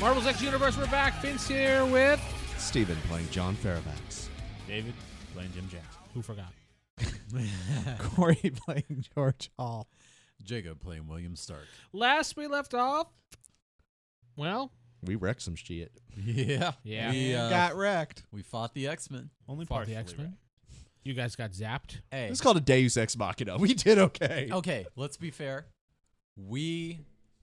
Marvel's X Universe, we're back. Vince here with Steven playing John Fairfax. David playing Jim Jackson. Who forgot? Corey playing George Hall. Jacob playing William Stark. Last we left off, well, We wrecked some shit. Yeah. Yeah. We, uh, got wrecked. we fought the X Men. Only fought partially. the X Men. You guys got zapped. Hey. It's called a Deus Ex Machina. We did okay. Okay, let's be fair. We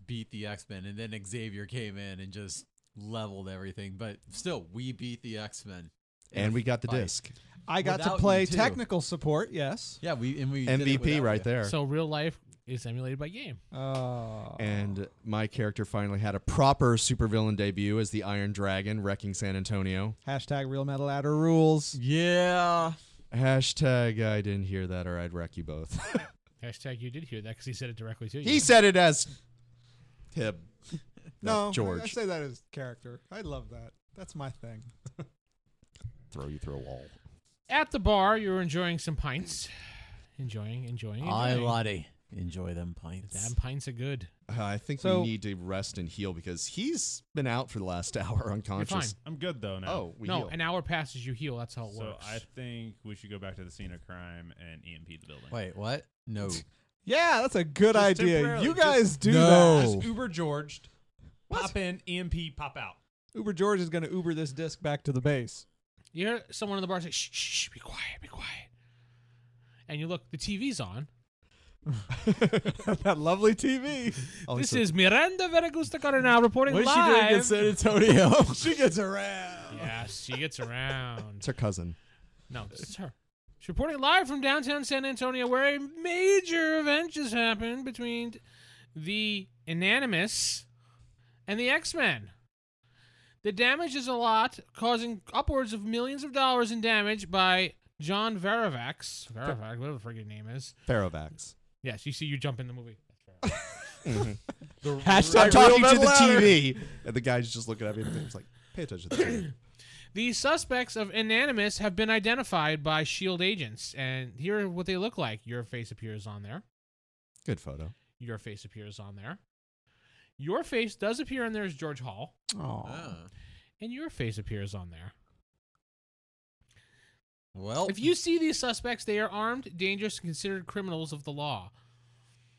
beat the X Men, and then Xavier came in and just leveled everything. But still, we beat the X Men. and we got the Fight. disc. I got Without to play you, too. technical support. Yes. Yeah, we and we did it MVP without right you. there. So real life is emulated by game. Oh. and my character finally had a proper supervillain debut as the Iron Dragon, wrecking San Antonio. hashtag Real Metal Ladder rules. Yeah. Hashtag I didn't hear that or I'd wreck you both. Hashtag you did hear that because he said it directly to you. he said it as him. No, Not I- George. I, say that as character. I love that. That's my thing. Throw you through a wall. At the bar, you were enjoying some pints. Enjoying, enjoying, I enjoying. Lottie. Enjoy them Damn pints. pints are good. Uh, I think So- we need to rest and heal because he's been out for the last hour You're fine. unconscious. I'm good though now. Oh, we no, heal. an hour passes, you heal. That's how it so works. I think we should go back to the scene of crime and EMP the building. Wait, what? No. Yeah, that's a good Just idea. temporarily, You just- guys do No. that. Just Uber Georged. Pop in, EMP, pop out. Uber George is going to Uber this disc back to the base. You hear someone in the bar say, shh, shh, shh, be quiet, be quiet. And you look, the TV's on. that lovely TV. Oh, this so- is Miranda Veragusta Cardenal reporting What is she live. doing in San Antonio? she gets around. yes, she gets around. it's her cousin. No, this is her. She's reporting live from downtown San Antonio, where a major event just happened between the Inanimous and the X Men. The damage is a lot, causing upwards of millions of dollars in damage by John Veravax. Veravax, whatever the frick your name is. Farovax. Yes, you see, you jump in the movie. I'm talking to the TV, and the guy's just looking at me. And he's like, "Pay attention." To the TV." The suspects of Anonymous have been identified by SHIELD E agents, and here are what they look like. Your face appears on there. Good photo. Your face appears on there. Your face does appear, and there's George Hall, Oh. Ah, and your face appears on there. well, If you see these suspects, they are armed, dangerous, and considered criminals of the law.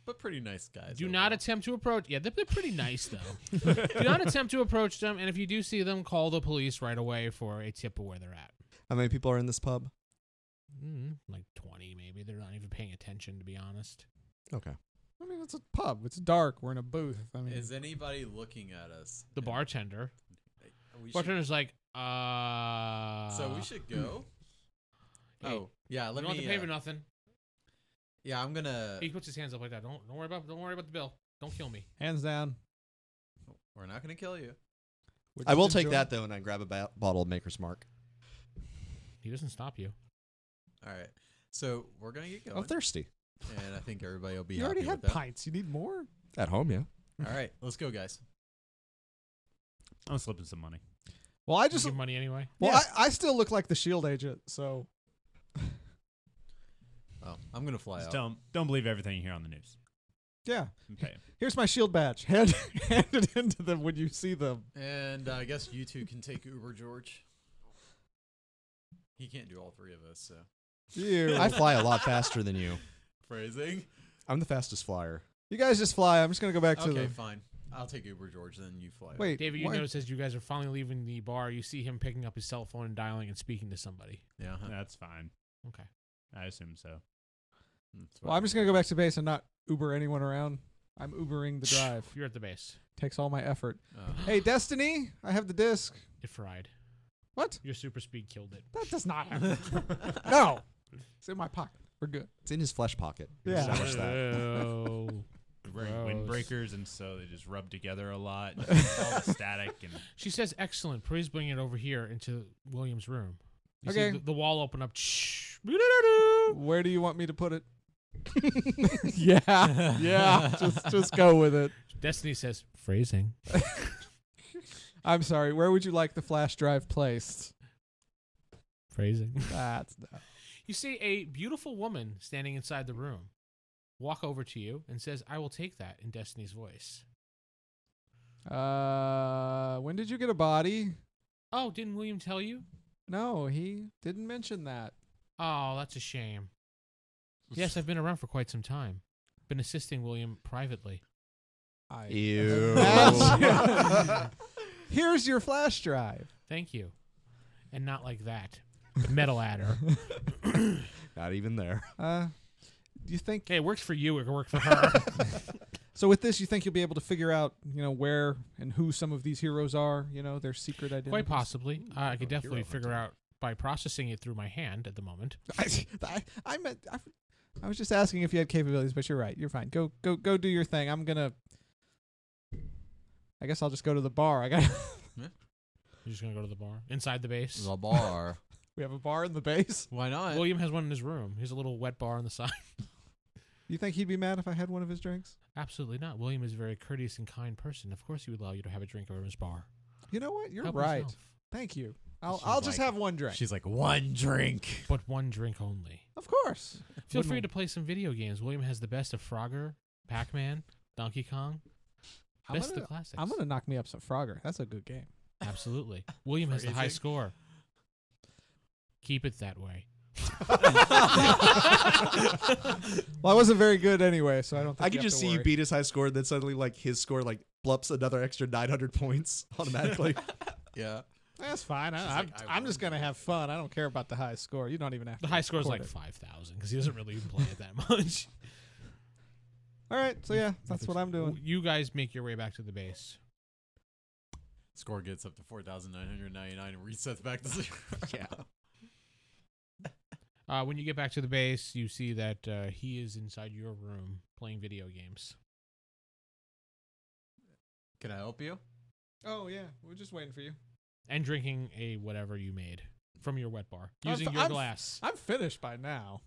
but pretty nice guys. Do overall. not attempt to approach. Yeah, they're, they're pretty nice though. do not attempt to approach them, and if you do see them, call the police right away for a tip of where they're at. How many people are in this pub? Mm, like twenty, maybe. They're not even paying attention, to be honest. Okay. I mean, it's a pub. It's dark. We're in a booth. I mean, Is anybody looking at us? The bartender. We should- Bartender's like, uh. so we should go. Hey, oh yeah, you let don't have me. to pay uh, for nothing. yeah, I'm gonna. He puts his hands up like that. Don't don't worry about don't worry about the bill. Don't kill me. hands down. We're not gonna kill you. We're I will just take enjoying- that though, and I grab a ba- bottle of Maker's Mark. He doesn't stop you. All right. So we're gonna get going, I'm thirsty. and I think everybody will be. Oh, You happy already had with that. pints. You need more? At home, yeah. All right, let's go, guys. I'm slipping some money. Well, I You just. give money anyway. Well, I, I still look like the shield agent, so Oh, I'm gonna fly Just out. tell 'em, don't believe everything you hear on the news. yeah. And pay 'em. Here's my shield badge. Hand, hand it into them when you see them. and uh, I guess you two can take Uber George. He can't do all three of us, so You. I fly a lot faster than you. phrasing. I'm the fastest flyer. you guys just fly. I'm just gonna go back to Okay, the. fine. I'll take Uber George, then you fly. out. Wait, David, you why- notice as you guys are finally leaving the bar, you see him picking up his cell phone and dialing and speaking to somebody. Yeah. huh. That's fine. Okay. I assume so. That's what Well, I'm I just do. gonna go back to base and not Uber anyone around. I'm Ubering the drive. You're at the base. Takes all my effort. Uh, Hey, Destiny, I have the disc. It fried. What? Your super speed killed it. That does not. Uh, no, it's in my pocket. We're good. It's in his flesh pocket. Yeah. Establish that. Oh. Wearing Gross. windbreakers, and so they just rub together a lot. and all the static and She says, "Excellent. Please bring it over here into William's room." You see Okay. the, the wall open up. Shh. Where do you want me to put it? yeah, yeah. Just, just go with it. Destiny says, "Phrasing." I'm sorry. Where would you like the flash drive placed? Phrasing. That's not. You see a beautiful woman standing inside the room walk over to you and says, I will take that in Destiny's voice. Uh, When did you get a body? Oh, didn't William tell you? No, he didn't mention that. Oh, that's a shame. Yes, I've been around for quite some time. Been assisting William privately. I Ew. That's- Here's your flash drive. Thank you. And not like that. Metal adder. Not even there. Uh, do you think Hey, it works for you. It worked for her. so? With this, you think you'll be able to figure out, you know, where and who some of these heroes are. You know, their secret identity. quite possibly. Uh, I could you're definitely over figure out by processing it through my hand at the moment. I, I, I meant. I, I was just asking if you had capabilities, but you're right. You're fine. Go, go, go. Do your thing. I'm gonna. I guess I'll just go to the bar. I got. You're just gonna go to the bar inside the base. the bar. we have a bar in the base. Why not? William has one in his room. He's a little wet bar on the side. You think he'd be mad if I had one of his drinks? Absolutely not. William is a very courteous and kind person. Of course, he would allow you to have a drink over his bar. You know what? You're Help right. yourself. Thank you. I'll, She's I'll just like- have one drink. She's like one drink. But one drink only. Of course. Feel Wouldn't- free to play some video games. William has the best of Frogger, Pac Man, Donkey Kong. I'm Best of gonna- the classics. I'm gonna knock me up some Frogger. That's a good game. Absolutely. William has the high score. Keep it that way. Well, I wasn't very good anyway, so I don't. think I could have just to see you worry. beat his high score, and then suddenly, like his score, like blumps another extra 900 points automatically. Yeah. That's fine. I, She's I'm, like, I I'm just won. gonna have fun. I don't care about the high score. You don't even have The to high score is record like it. 5,000 because he doesn't really even play it that much. All right, so yeah, that's what I'm doing. You guys make your way back to the base. Score gets up to 4,999 and resets back to zero. yeah. Uh, when you get back to the base, you see that uh, he is inside your room playing video games. Can I help you? Oh yeah, we're just waiting for you. and drinking a whatever you made from your wet bar I'm using fi- your I'm- glass. I'm finished by now.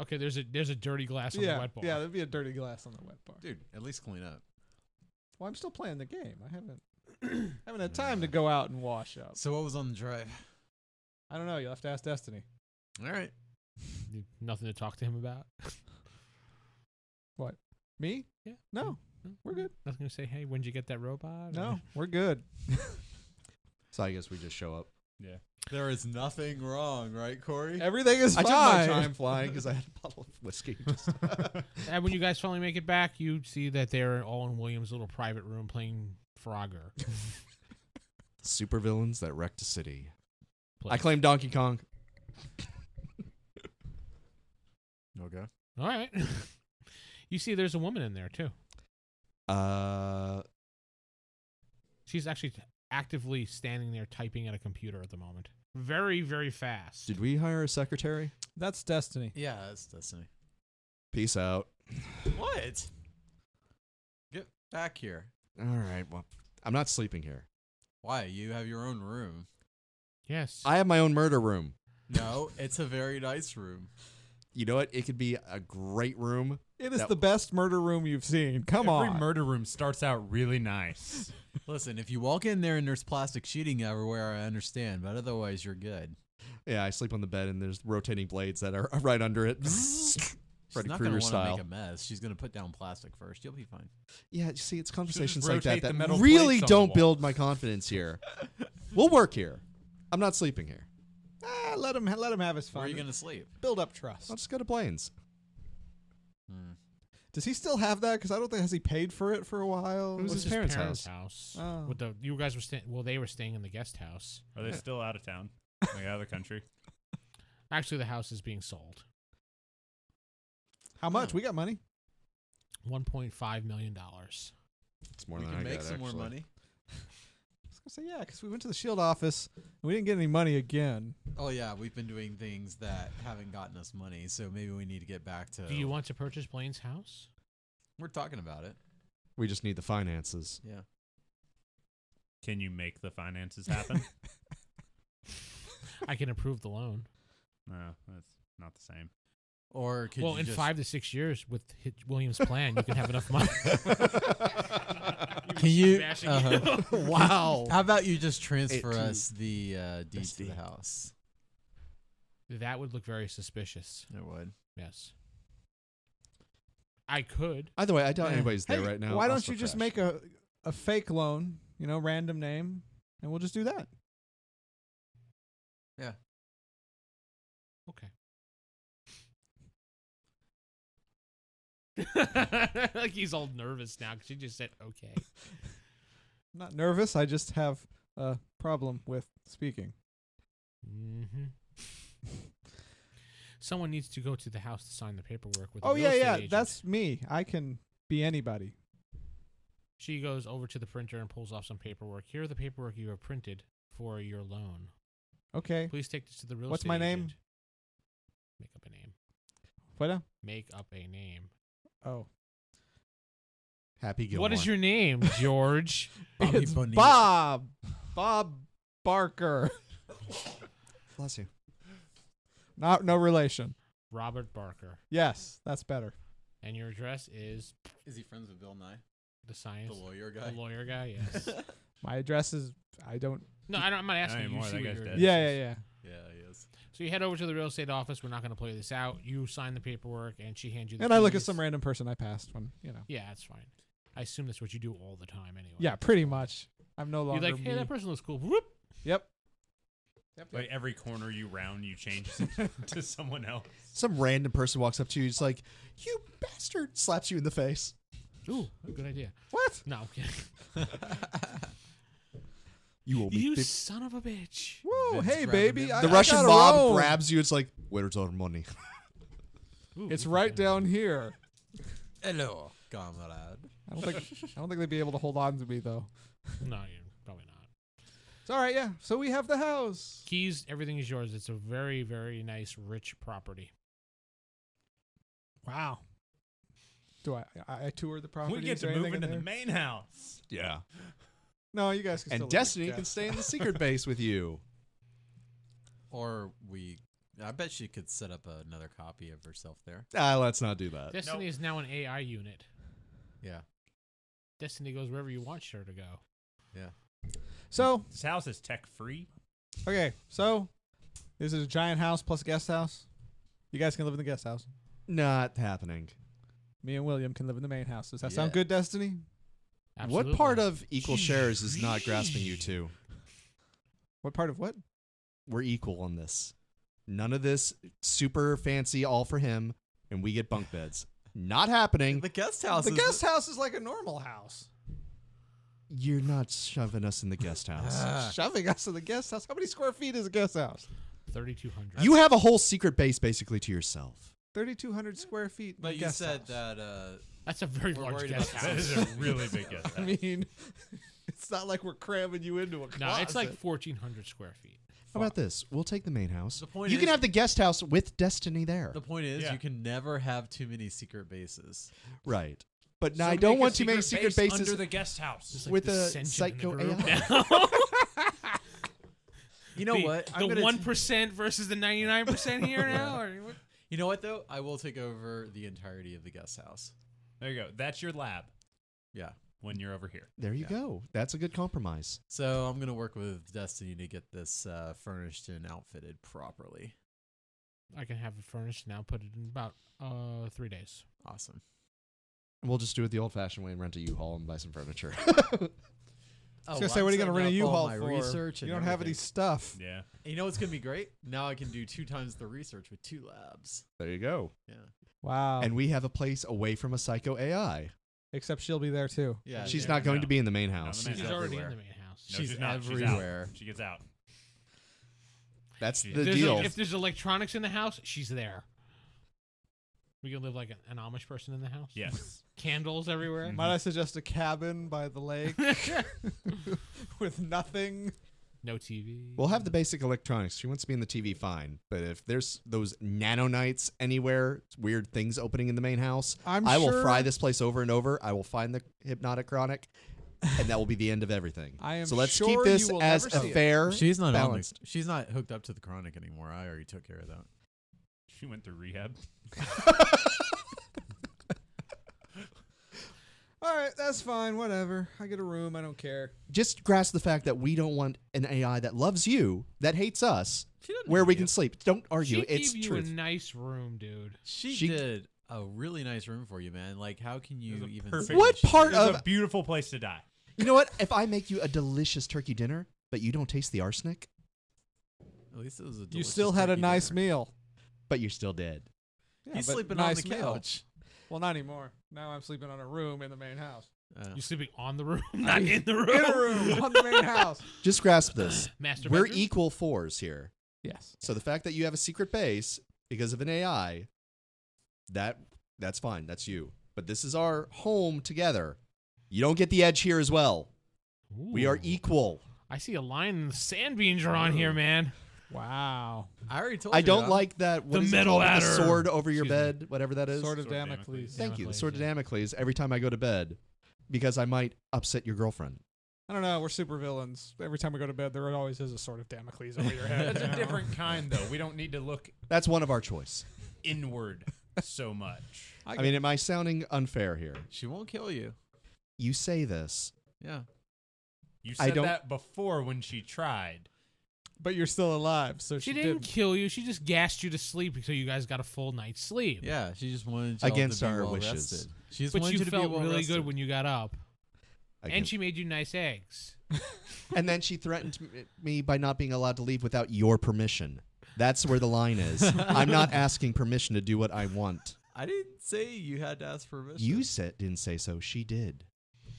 okay, there's a there's a dirty glass on yeah, the wet bar. yeah, there'd be a dirty glass on the wet bar. Dude, at least clean up. Well, I'm still playing the game. I haven't haven't had time to go out and wash up. So what was on the drive? I don't know. You'll have to ask Destiny. All right. You- Nothing to talk to him about. Me? Yeah. No, we're good. Nothing to say. Hey, when'd you get that robot? No, we're good. So I guess we just show up. There is nothing wrong, right, Corey? Everything is I took my fine. time flying because I had a bottle of whiskey. Just And when you guys finally make it back, you see that they're all in William's little private room playing Frogger. supervillains that wrecked a city. Play. I claim Donkey Kong. Okay. All right. you see, there's a woman in there too. Uh, She's actually t- actively standing there typing at a computer at the moment. Very, very fast. did we hire a secretary? That's Destiny. Yeah, that's Destiny. Peace out. What? Get back here. All right. Well, I'm not sleeping here. Why? You have your own room. yes. I have my own murder room. No, it's a very nice room. You know what? It could be a great room. It is That- the best murder room you've seen. Come Every on. murder room starts out really nice. Listen, if you walk in there and there's plastic sheeting everywhere, I understand, but otherwise you're good. Yeah, I sleep on the bed and there's rotating blades that are right under it. She's Freddy not gonna Krueger wanna style. make a mess. She's gonna put down plastic first. You'll be fine. Yeah, you see, it's conversations like rotate that the that metal really plates on the don't wall. build my confidence here. we'll work here. I'm not sleeping here. Ah, let him let him have his fun. Where are you gonna sleep? build up trust? I'll just go to Blaine's. Does he still have that? Because I don't think has he paid for it for a while. It was What's his parents' house. Oh. With the you guys were staying. Well, they were staying in the guest house. Are they still out of town? Like out of the country? Actually, the house is being sold. How much? We got money. One point five million dollars. It's more we than can I make got, some more actually. money. I was gonna say yeah, because we went to the Shield office and we didn't get any money again. Oh yeah, we've been doing things that haven't gotten us money, so maybe we need to get back to Do you want to purchase Blaine's house? We're talking about it. We just need the finances. Yeah. Can you make the finances happen? I can approve the loan. no, that's not the same. Or could well, you in just- five to six years, with Hit Williams' plan, you can have enough money. Can you? Bashing uh-huh. wow. How about you just transfer Eighteen. us the uh, deeds to Destiny. the house? that would look very suspicious. It would. Yes, I could. Either way, I doubt Yeah. anybody's there Hey, right now. Why I'll don't still you just crash. make a a fake loan? You know, random name, and we'll just do that. Okay. like he's all nervous now because he just said okay. I'm not nervous. I just have a problem with speaking. Mm-hmm. Someone needs to go to the house to sign the paperwork with. the oh real yeah, estate yeah. agent. That's me. I can be anybody. She goes over to the printer and pulls off some paperwork. Here are the paperwork you have printed for your loan. Okay. Please take this to the real What's estate my name? agent. Make up a name. What? now? Make up a name. Oh, Happy Gilmore. What is your name, George? Bobby it's Bonilla. Bob. Bob Barker. Bless you. Not no relation. Robert Barker. Yes, that's better. And your address is Is he friends with Bill Nye, the science the lawyer the guy? lawyer guy. Yes. My address is I don't. no, I don't, I'm not asking you. anymore, that you. see what guy's your dead. address Yeah, is. yeah, yeah. yeah, he is. So you head over to the real estate office. We're not going to play this out. You sign the paperwork, and she hands you. the And I look at keys. some random person I passed when you know. Yeah, that's fine. I assume that's what you do all the time anyway. Yeah, pretty much. I'm no You're longer like, hey, me. that person looks cool. Whoop. yep. Like every corner you round, you change to someone else. Some random person walks up to you, it's like, you bastard, slaps you in the face. Ooh, good idea. What? No, I'm kidding. You owe me. you fif- son of a bitch. Whoa, Vince hey grabbing baby. him. I, the I Russian gotta mob roam. grabs you. It's like, where's our money? Ooh, It's we right can- down here. Hello, comrade. I don't think I don't think they'd be able to hold on to me though. No, you probably not. It's all right, yeah. So we have the house. Keys, everything is yours. It's a very, very nice, rich property. Wow. Do I I, I tour the property? we get Is to there move anything in into the there? main house. Yeah. No, you guys can still And leave. Destiny Yeah. can stay in the secret base with you. Or we. I bet she could set up another copy of herself there. Ah, let's not do that. Destiny Nope. is now an AI unit. Yeah. Destiny goes wherever you want her to go. So, This house is tech free. okay. So this is a giant house plus a guest house. You guys can live in the guest house. Not happening. Me and William can live in the main house. Does that Yeah. sound good, Destiny? Absolutely. What part of equal shares is not grasping you two? What part of what? We're equal on this. None of this super fancy all for him, and we get bunk beds. Not happening. The guest house. The is guest house is like a normal house. You're not shoving us in the guest house. Ah, Shoving us in the guest house. How many square feet is a guest house? 3200? You have a whole secret base basically to yourself. 3,200 square feet. but you guest said house. that. Uh, That's a very We're large worried guest about That house. is a really big guest I house. mean, it's not like we're cramming you into a closet. No, it's like 1400 square feet. How about this? We'll take the main house. The point you can is- have the guest house with Destiny there. the point is, Yeah. you can never have too many secret bases. right. But now So I don't make a want too many secret base bases. under the guest house. It's like With the a sentient in the psycho group AI. now. You know the, what? I'm the gonna one percent versus the ninety nine percent here now. Or what? You know what though? I will take over the entirety of the guest house. There you go. That's your lab Yeah. when you're over here. there you Yeah. go. That's a good compromise. So I'm gonna work with Destiny to get this uh, furnished and outfitted properly. I can have it furnished and output it in about uh, three days. Awesome. We'll just do it the old fashioned way and rent a U Haul and buy some furniture. I was gonna say, what are you gonna rent a U-Haul my for? Research. you and don't have any everything. stuff. Yeah. You know what's gonna be great? Now I can do two times the research with two labs. there you go. Yeah. Wow. And we have a place away from a psycho AI. Except she'll be there too. Yeah. She's yeah, not going no. to be in the main house. main She's house. already in the everywhere. main house. No, She's she's, not. everywhere. She's out. She gets out. That's She- the There's deal. a- if there's electronics in the house, she's there. We can live like an, an Amish person in the house. Yes. Candles everywhere. Might I suggest a cabin by the lake with nothing? no TV. We'll have the basic electronics. She wants to be in the TV, fine. But if there's those nano nights anywhere, weird things opening in the main house, I'm I will sure- fry this place over and over. I will find the hypnotic chronic, and that will be the end of everything. I am so let's sure keep this you will as never a see it. fair. She's not balanced. balanced. She's not hooked up to the chronic anymore. I already took care of that. She went through rehab. All right, that's fine. Whatever. I get a room. I don't care. Just grasp the fact that we don't want an AI that loves you that hates us, She doesn't where hate we you. can sleep. Don't argue. She it's gave truth. you a nice room, dude. She, She- did a really nice room for you, man. Like, how can you It was a even? perfect- say What that she- part It's a of beautiful place to die. you know what? If I make you a delicious turkey dinner, but you don't taste the arsenic, At least it was a You delicious still had a turkey nice dinner. meal. but you're still dead. Yeah, He's but sleeping nice on the meal. couch. Well, not anymore. Now I'm sleeping on a room in the main house. Uh, You sleeping on the room, not in the room. In a room on the main house. Just grasp this. Master We're e- bedroom? equal fours here. Yes. So the fact that you have a secret base because of an AI, that that's fine. That's you. But this is our home together. You don't get the edge here as well. We are e- Ooh. equal. I see a line in the sand beans you're on here, man. Wow. I already told I you. don't I'm- like that. what The is it metal called? The adder. sword over your Excuse me. bed, whatever that is. Sort of Sword of Damocles. Damocles. Thank you. The sword of Damocles, yeah. Damocles. Every time I go to bed, because I might upset your girlfriend. I don't know. We're super villains. Every time we go to bed, there always is a sort of Damocles over your head. That's you a know? Oh. different kind, though. We don't need to look That's one of our choice. inward so much. I I mean, am I sounding unfair here? She won't kill you. You say this. Yeah. You I said don't- that before when she tried. But you're still alive, so She, she, didn't kill you. She just gassed you to sleep so you guys got a full night's sleep. Yeah. She just wanted y'all Against to be our well wishes. rested. She just But wanted you, to felt be well really rested. good when you got up. I can- And she made you nice eggs. and then she threatened m- me by not being allowed to leave without your permission. That's where the line is. I'm not asking permission to do what I want. I didn't say you had to ask permission. You said didn't say so. She did.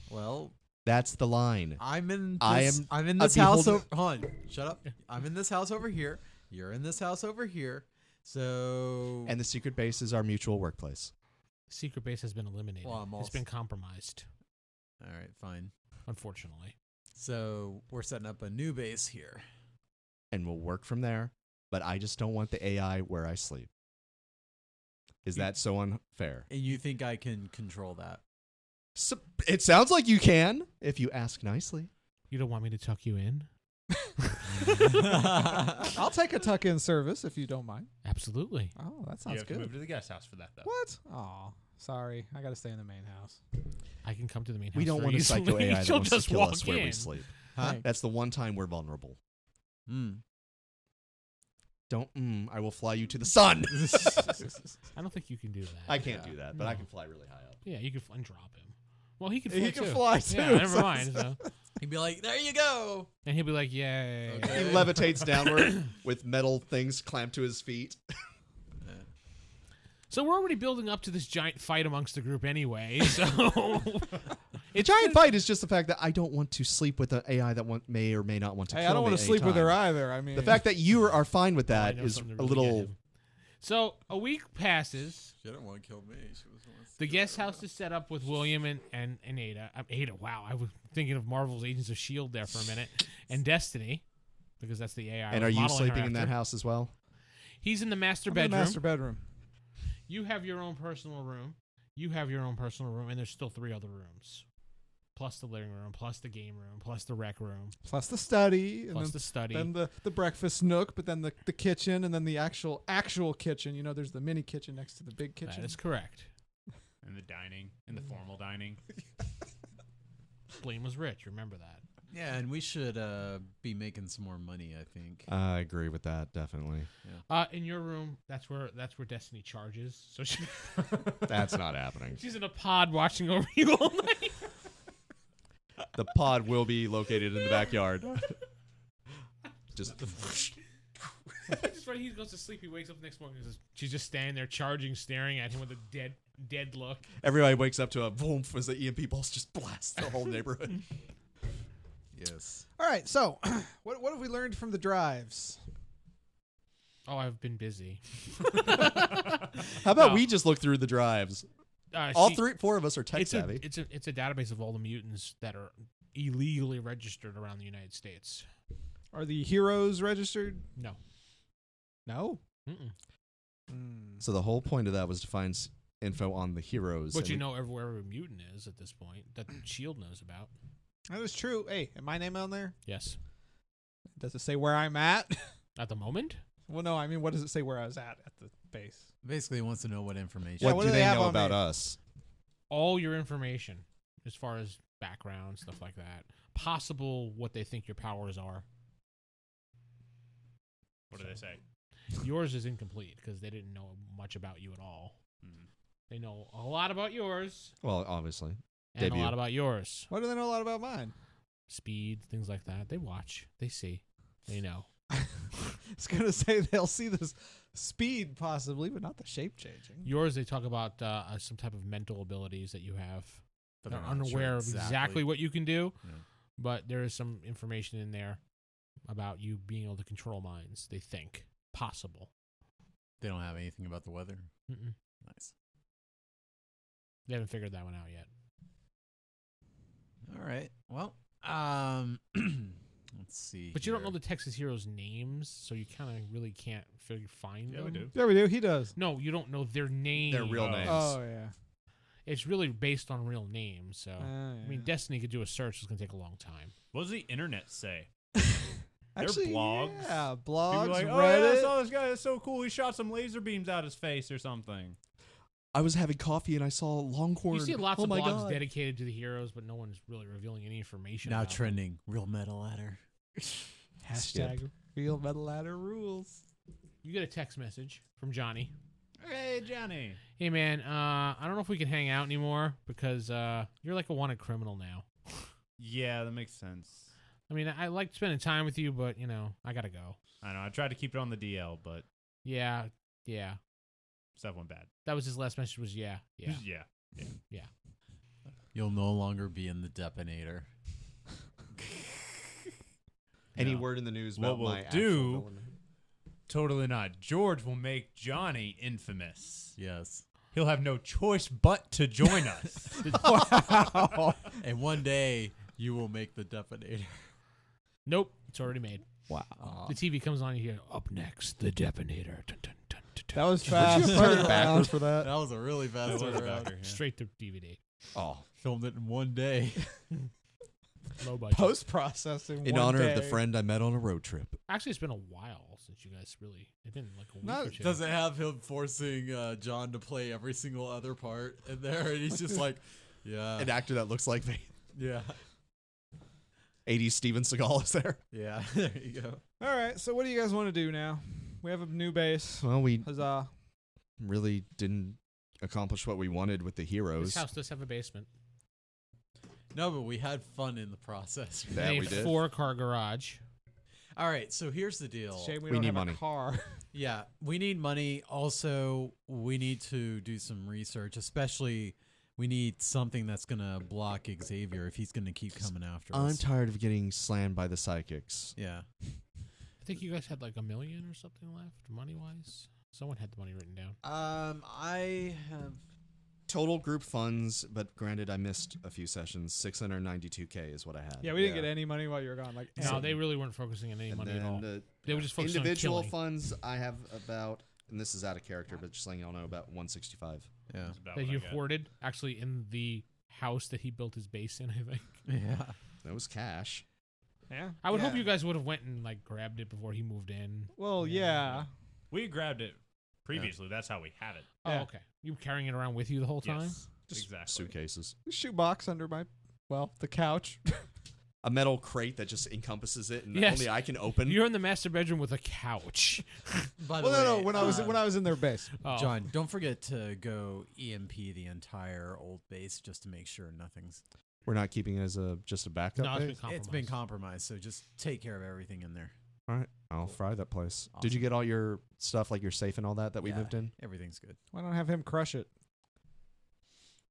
well, That's the line. I'm in. This, I I am am. I'm in a this house. beholder- Over, hold on. Shut up. I'm in this house over here. You're in this house over here. So And the secret base is our mutual workplace. Secret base has been eliminated. Well, I'm it's also- been compromised, all right, fine. unfortunately. So we're setting up a new base here. And we'll work from there. But I just don't want the AI where I sleep. Is that so unfair? And you think I can control that? S it sounds like you can if you ask nicely. You don't want me to tuck you in? I'll take a tuck in service if you don't mind. Absolutely. Oh, that you sounds have to move good. to the guest house for that, though. What? Oh, sorry. I got to stay in the main house. I can come to the main house. We don't very want a psycho easily. AI that She'll wants just to kill walk us in. where we sleep. Huh? Thanks. That's the one time we're vulnerable. Mm. Don't. Mm, I will fly you to the sun. I don't think you can do that. I can't Yeah. do that, but I No. can fly really high up. Yeah, you can fl- and drop him. Well, he can fly He too. can fly Yeah, too, never so- mind. So. He'd be like, "There you go." And he'll be like, yay. Okay. He levitates downward with metal things clamped to his feet. So we're already building up to this giant fight amongst the group anyway. So A giant fight is just the fact that I don't want to sleep with an AI that want, may or may not want to. Hey, kill I don't want to sleep with her either. I mean, The fact that you are fine with that I know is something a to really get little. him. So a week passes. She didn't want to kill me. She was the one The guest house is set up with William and and, and Ada. Um, Ada. Wow, I was thinking of Marvel's Agents of Shield E there for a minute, and Destiny, because that's the AI. I And are was you modeling her sleeping in that after. house as well? He's in the master I'm in the bedroom. master bedroom. You have your own personal room. You have your own personal room, and there's still three other rooms, plus the living room, plus the game room, plus the rec room, Plus the study, and plus then the study. then the, the breakfast nook, but then the, the kitchen, and then the actual actual kitchen. You know, there's the mini kitchen next to the big kitchen. That is correct. And the dining, and the formal dining. Blaine was rich. Remember that. Yeah, and we should uh, be making some more money. I think. I agree with that definitely. Uh, in your room, that's where that's where Destiny charges. So she, That's not happening. she's in a pod watching over you all night. The pod will be located in the backyard. Just just when he goes to sleep, he wakes up the next morning. and says, She's just standing there, charging, staring at him with a dead, dead look. everybody wakes up to a boom as the EMP balls just blast the whole neighborhood. Yes. All right, so what what have we learned from the drives? Oh, I've been busy. How about No. we just look through the drives? Uh, All she- three, four of us are tech It's a, savvy. it's a it's a database of all the mutants that are illegally registered around the United States. Are the heroes registered? No. No. Mm-mm. Mm. so the whole point of that was to find s- info on the heroes. But and you we- know everywhere every mutant is at this point that Shield E knows about. That is true. Hey, am my name on there? Yes. Does it say where I'm at? At the moment, well, no. I mean, what does it say where I was at at the base? Basically, he wants to know what information. Yeah, what, what do, do they, they have know on about me? us? all your information as far as background stuff like that, possible what they think your powers are. What do they say? Yours is incomplete because they didn't know much about you at all. Mm. They know a lot about yours Well, obviously, and Debut. a lot about yours. Why do they know a lot about mine? speed, things like that. They watch, they see, they know. It's gonna say they'll see this speed possibly, but not the shape changing. Yours, they talk about uh, uh, some type of mental abilities that you have. But they're they're not unaware sure of exactly what you can do, Yeah. but there is some information in there about you being able to control minds. They think possible. They don't have anything about the weather. Mm-mm. Nice. They haven't figured that one out yet. All right. Well, um, let's see. But you don't know here. the Texas heroes' names, so you kind of really can't fig- find Yeah, we them. do. Yeah, we do. He does. No, you don't know their name. Their real Oh. names. Oh yeah. It's really based on real names. So Uh, Oh, I mean, yeah. Destiny could do a search. It's gonna take a long time. What does the internet say? they're Actually, blogs. Yeah, People blogs, like, oh, yeah, I Reddit. saw this guy. That's so cool. He shot some laser beams out his face or something. I was having coffee and I saw Longhorn. You see lots oh of my blogs God. dedicated to the heroes, but no one's really revealing any information. now about them. trending real metal ladder. Hashtag real metal ladder rules. You get a text message from Johnny. Hey, Johnny. Hey man, uh, I don't know if we can hang out anymore because uh, you're like a wanted criminal now. Yeah, that makes sense. I mean, I I liked spending time with you, but you know, I gotta go. I know. I tried to keep it on the DL, but Yeah, yeah. stuff went bad. That was his last message. Was yeah, yeah. yeah. You'll no longer be in the depinator. Any No. word in the news What about we'll my actual do- villain? Totally not. George will make Johnny infamous. Yes. He'll have no choice but to join us. and one day you will make the depinator. Nope, it's already made. Wow. The TV comes on. You hear up next, the detonator. Dun, dun, dun, dun, dun. That was fast. turn it turnaround backwards? for that. Uh, That was a really fast Sorry, turnaround. Doctor, yeah. Straight to DVD, Oh, Filmed it in one day. low budget. Post processing in honor of the friend I met on a road trip. Actually, it's been a while since you guys really. It's been like a week Not- or two. Does it have him forcing uh, John to play every single other part in there? And he's just like, yeah, An actor that looks like me. yeah, 80s Steven Seagal is there. yeah. there you go. All right. So what do you guys want to do now? We have a new base. Well, we Huzzah! really didn't accomplish what we wanted with the This heroes. house does have a basement. No, but we had fun in the process. That And a we did. Four-car garage. All right, so here's the deal. Shame we, We don't need have money. a car. Yeah, we need money. Also, we need to do some research, especially we need something that's going to block Xavier if he's going to keep coming after I'm us. tired of getting slammed by the psychics. yeah. I think you guys had like a million or something left, money-wise. Someone had the money written down. Um, I have total group funds, but granted, I missed a few sessions. 692k is what I had. yeah, we didn't Yeah. get any money while you were gone. Like No, any. they really weren't focusing on any And money at all. uh, then the they were just focusing individual on killing. funds I have about, and this is out of character, but just letting y'all know about 165. Yeah. That's about that what I you got. hoarded, actually in the house that he built his base in. I think. Yeah. That was cash. Yeah. I would hope Yeah. you guys would have went and like grabbed it before he moved in. Well, Yeah. yeah. We grabbed it previously. That's how we had it. Oh, Yeah. okay. You were carrying it around with you the whole time. Yes. Just exactly. Suitcases. Shoebox under my, well, the couch. A metal crate that just encompasses it and Yes. only I can open. You're in the master bedroom with a couch. By the well, no, way, no. When I was uh, when I was in their base. Oh. John, don't forget to go EMP the entire old base just to make sure nothing's. We're not keeping it as a just a backup. no, it's been base? compromised. It's been compromised, so just take care of everything in there. All right, I'll Oh, fry that place. Did you get all your stuff, like your safe and all that, that we Yeah. moved in? Everything's good. Why don't I have him crush it?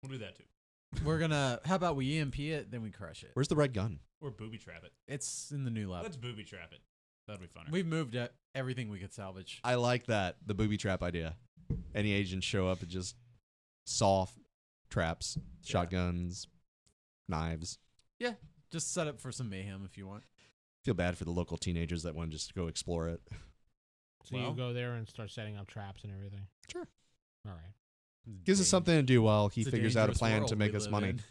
We'll do that too. We're gonna. How about we EMP it, then we crush it. Where's the red gun? Or booby trap it. It's in the new lab. Let's booby trap it. That'd be funner. We've moved uh, everything we could salvage. I like that the booby trap idea. Any agents show up and just soft traps, shotguns, knives. Just set up for some mayhem if you want. Feel bad for the local teenagers that want to just go explore it. So Well. you go there and start setting up traps and everything. Sure. All right. Gives us something to do while he It's a figures out a dangerous plan to world make we us live money. in.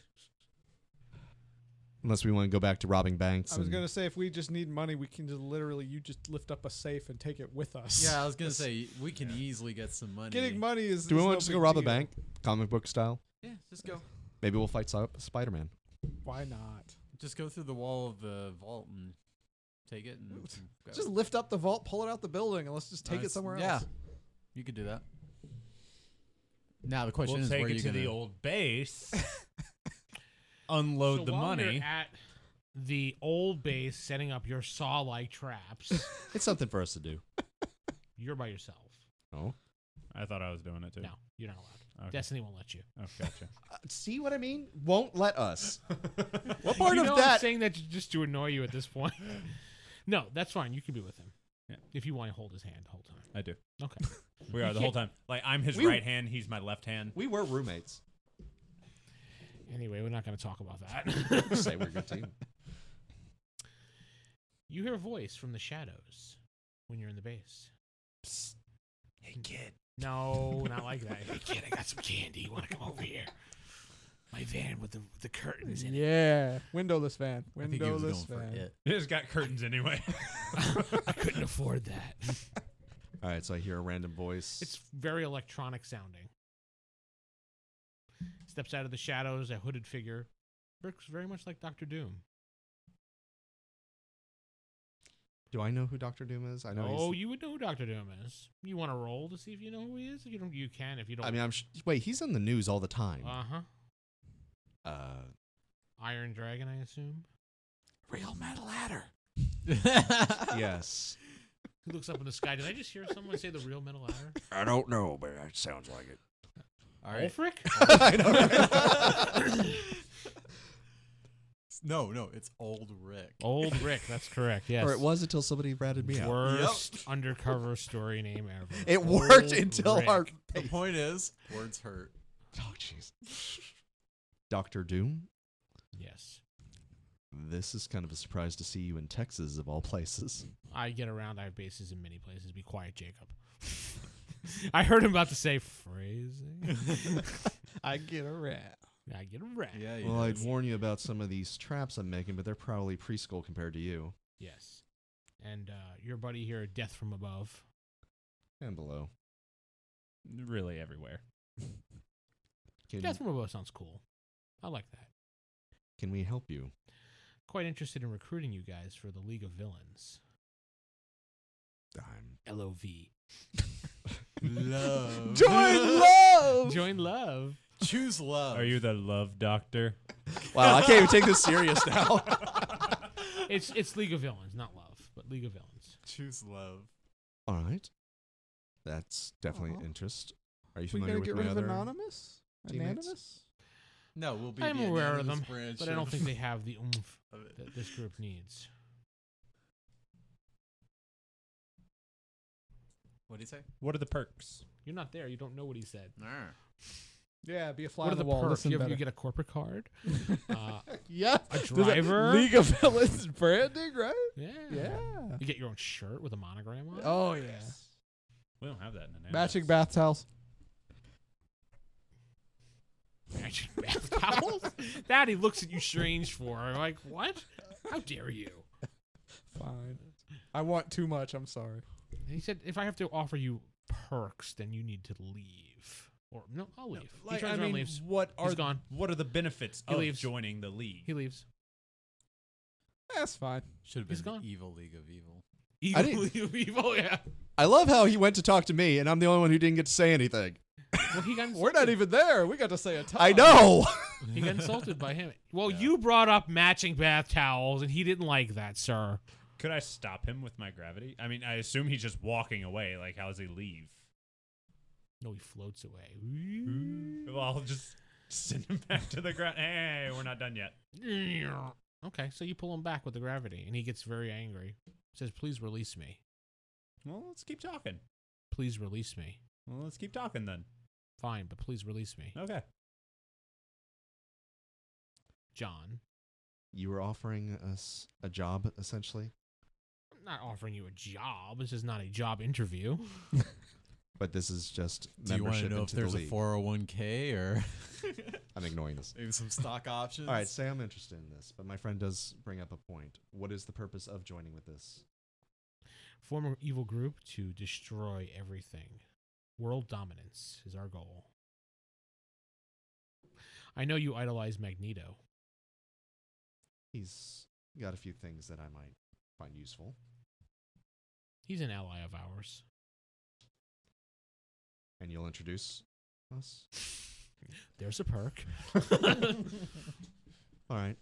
Unless we want to go back to robbing banks. I was and- gonna say if we just need money, we can just literally you just lift up a safe and take it with us. Yeah, I was gonna say we can easily get some money. Getting money is. do we is want no to just big go rob a deal. bank, comic book style? Yeah, just go. Maybe we'll fight Spider Man. Why not? Just go through the wall of the vault and take it and go. Just lift up the vault, pull it out the building, and let's just take it Nice. somewhere Yeah, else. you could do that. Now the question we'll is, where take are it you to gonna? the old base. unload So the while you're money. at the old base setting up your saw like traps. It's something for us to do. you're by yourself. Oh, I thought I was doing it too. No, you're not allowed. Okay. Destiny won't let you. Oh, gotcha. Uh, see what I mean? Won't let us. what part you of know I'm that? saying that just to annoy you at this point. no, that's fine. You can be with him. Yeah. If you want to hold his hand the whole time. I do. Okay. We are the whole time. Like I'm his We- right hand, he's my left hand. We were roommates. anyway, we're not going to talk about that. Say we're a good team. you hear a voice from the shadows when you're in the base. Hey kid. No, not like that. Hey, kid, I got some candy. You want to come over here? My van with the, with the curtains in it. Yeah, windowless van. I think he was going Windowless for van. it. It's got curtains anyway. I couldn't afford that. All right, so I hear a random voice. It's very electronic sounding. Steps out of the shadows, a hooded figure. Looks very much like Doctor Doom. Do I know who Doctor Doom is? I know. oh, he's, you would know who Doctor Doom is. You want to roll to see if you know who he is? You don't. You can if you don't. I mean, I'm. Sh- wait, he's in the news all the time. uh huh. Uh, Iron Dragon, I assume. Real metal adder. yeah. Yes. Who looks up in the sky? Did I just hear someone say the real metal hour? I don't know, but that sounds like it. All right. Ulfric? I know. right? No, no, it's old Rick. Old Rick. That's correct. Yes. Or it was until somebody ratted me out. Worst undercover story name ever. It worked Old until Rick. our. The point is, words hurt. Oh, jeez. Doctor Doom, Yes. this is kind of a surprise to see you in Texas of all places. I get around. I have bases in many places. Be quiet, Jacob. I heard him about to say phrasing. I get a rat. I get around. Yeah. he Well, I'd does. warn you about some of these traps I'm making, but they're probably preschool compared to you. Yes. And uh, your buddy here, Death from Above. And below. really everywhere. Can, Death from Above sounds cool. I like that. can we help you? Quite interested in recruiting you guys for the League of Villains. I'm. LOV. love. love! Join love. Choose love. Are you the love doctor? Wow, I can't even take this serious now. It's it's League of Villains, not love, but League of Villains. Choose love. all right. That's definitely Aw. interest. Are you We familiar gonna get with rid my of other? anonymous? teammates? Anonymous? No, we'll be. I'm the aware of them, anonymous branch But I don't of- think they have the oomph of it. that this group needs. What do you say? What are the perks? You're not there. You don't know what he said. Yeah, be a fly what are on the the wall. perks? Listen You, have- you better. get a corporate card, uh, yeah, a Does that- driver. League of Villains branding, right? yeah. You get your own shirt with a monogram on. it. Oh yeah. We don't have that in the name. Matching bath towels. Magic bath towels? that he looks at you strange for. I'm like, what? How dare you? Fine. I want too much. I'm sorry. He said, if I have to offer you perks, then you need to leave. Or no, I'll leave. he Like, turns I around, mean, and leaves. what are He's gone. what are the benefits He of leaves. joining the league? He leaves. That's fine. Should have been He's the gone. evil league of evil. Evil, I didn't- evil, evil, yeah. I love how he went to talk to me, and I'm the only one who didn't get to say anything. Well, he got We're not even there. We got to say a ton. I know. he got insulted by him. Well, you brought up matching bath towels, and he didn't like that, sir. Could I stop him with my gravity? I mean, I assume he's just walking away. Like, how does he leave? No, he floats away. Well, I'll just send him back to the ground. Hey, we're not done yet. Okay, so you pull him back with the gravity, and he gets very angry. Says, "Please release me. Well, let's keep talking. Please release me. Well, let's keep talking then. Fine, but please release me, Okay. John." You were offering us a job, essentially, I'm not offering you a job. This is not a job interview. but this is just Do you want membership to know if into the there's a league. 401k or I'm ignoring this. maybe some stock options? All right, say I'm interested in this, but my friend does bring up a point. What is the purpose of joining with this? Form an evil group to destroy everything. World dominance is our goal. I know you idolize Magneto. He's got a few things that I might find useful. He's an ally of ours. And you'll introduce us? There's a perk. All right.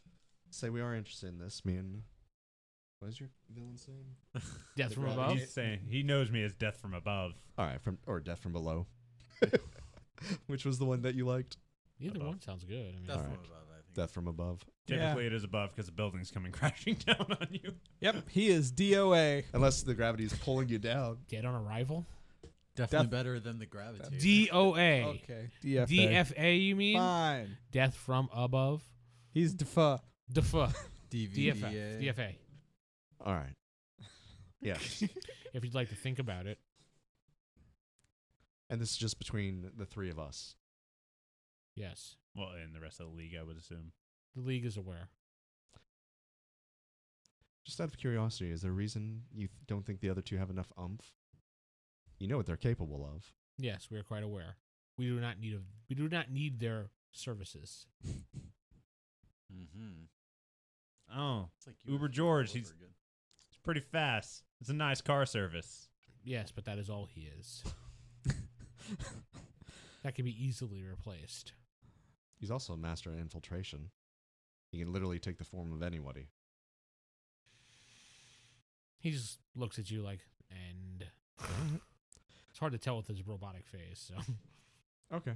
say we are interested in this. Me and what is your villain's name? Death from Right. above. He's saying he knows me as death from above. All right, from or Death from Below, which was the one that you liked. Either Above. one sounds good. I mean, That's All right. Death from Above. Yeah. Typically, it is above because the building's coming crashing down on you. Yep, he is DOA. Unless the gravity is pulling you down. dead on arrival. Definitely Def- better than the gravity. DOA. Okay, DFA. DFA, you mean? Fine. Death from above. He's defa. DFA. DVDA. DFA. DFA. All right. Yeah. If you'd like to think about it. and this is just between the three of us. Yes. Well, and the rest of the league, I would assume. The league is aware. Just out of curiosity, is there a reason you th- don't think the other two have enough umph? You know what they're capable of. Yes, we are quite aware. We do not need a, we do not need their services. Mm-hmm. Oh, It's like Uber UFO George, all he's- over again. it's pretty fast. It's a nice car service. Yes, but that is all he is. that can be easily replaced. He's also a master at infiltration. He can literally take the form of anybody. He just looks at you like, and it's hard to tell with his robotic face. So Okay.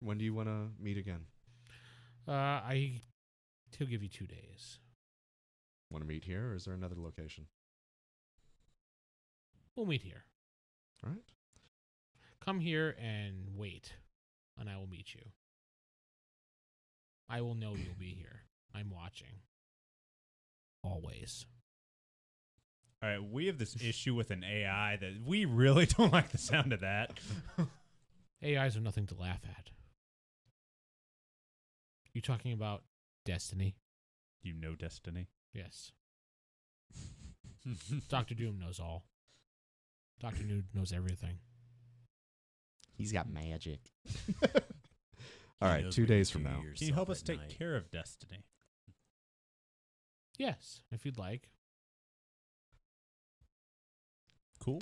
When do you want to meet again? uh, I, he'll give you two days. Want to meet here, or is there another location? We'll meet here. All right. Come here and wait, and I will meet you. I will know you'll be here. I'm watching. Always. All right, we have this issue with an AI that we really don't like the sound of that. AIs are nothing to laugh at. You talking about Destiny? You know, Destiny. Yes. Doctor Doom knows all. Doctor Doom knows everything. He's got magic. He All right, knows two what you days do from to now. Can you help yourself us at take night. care of Destiny? Yes, if you'd like. Cool.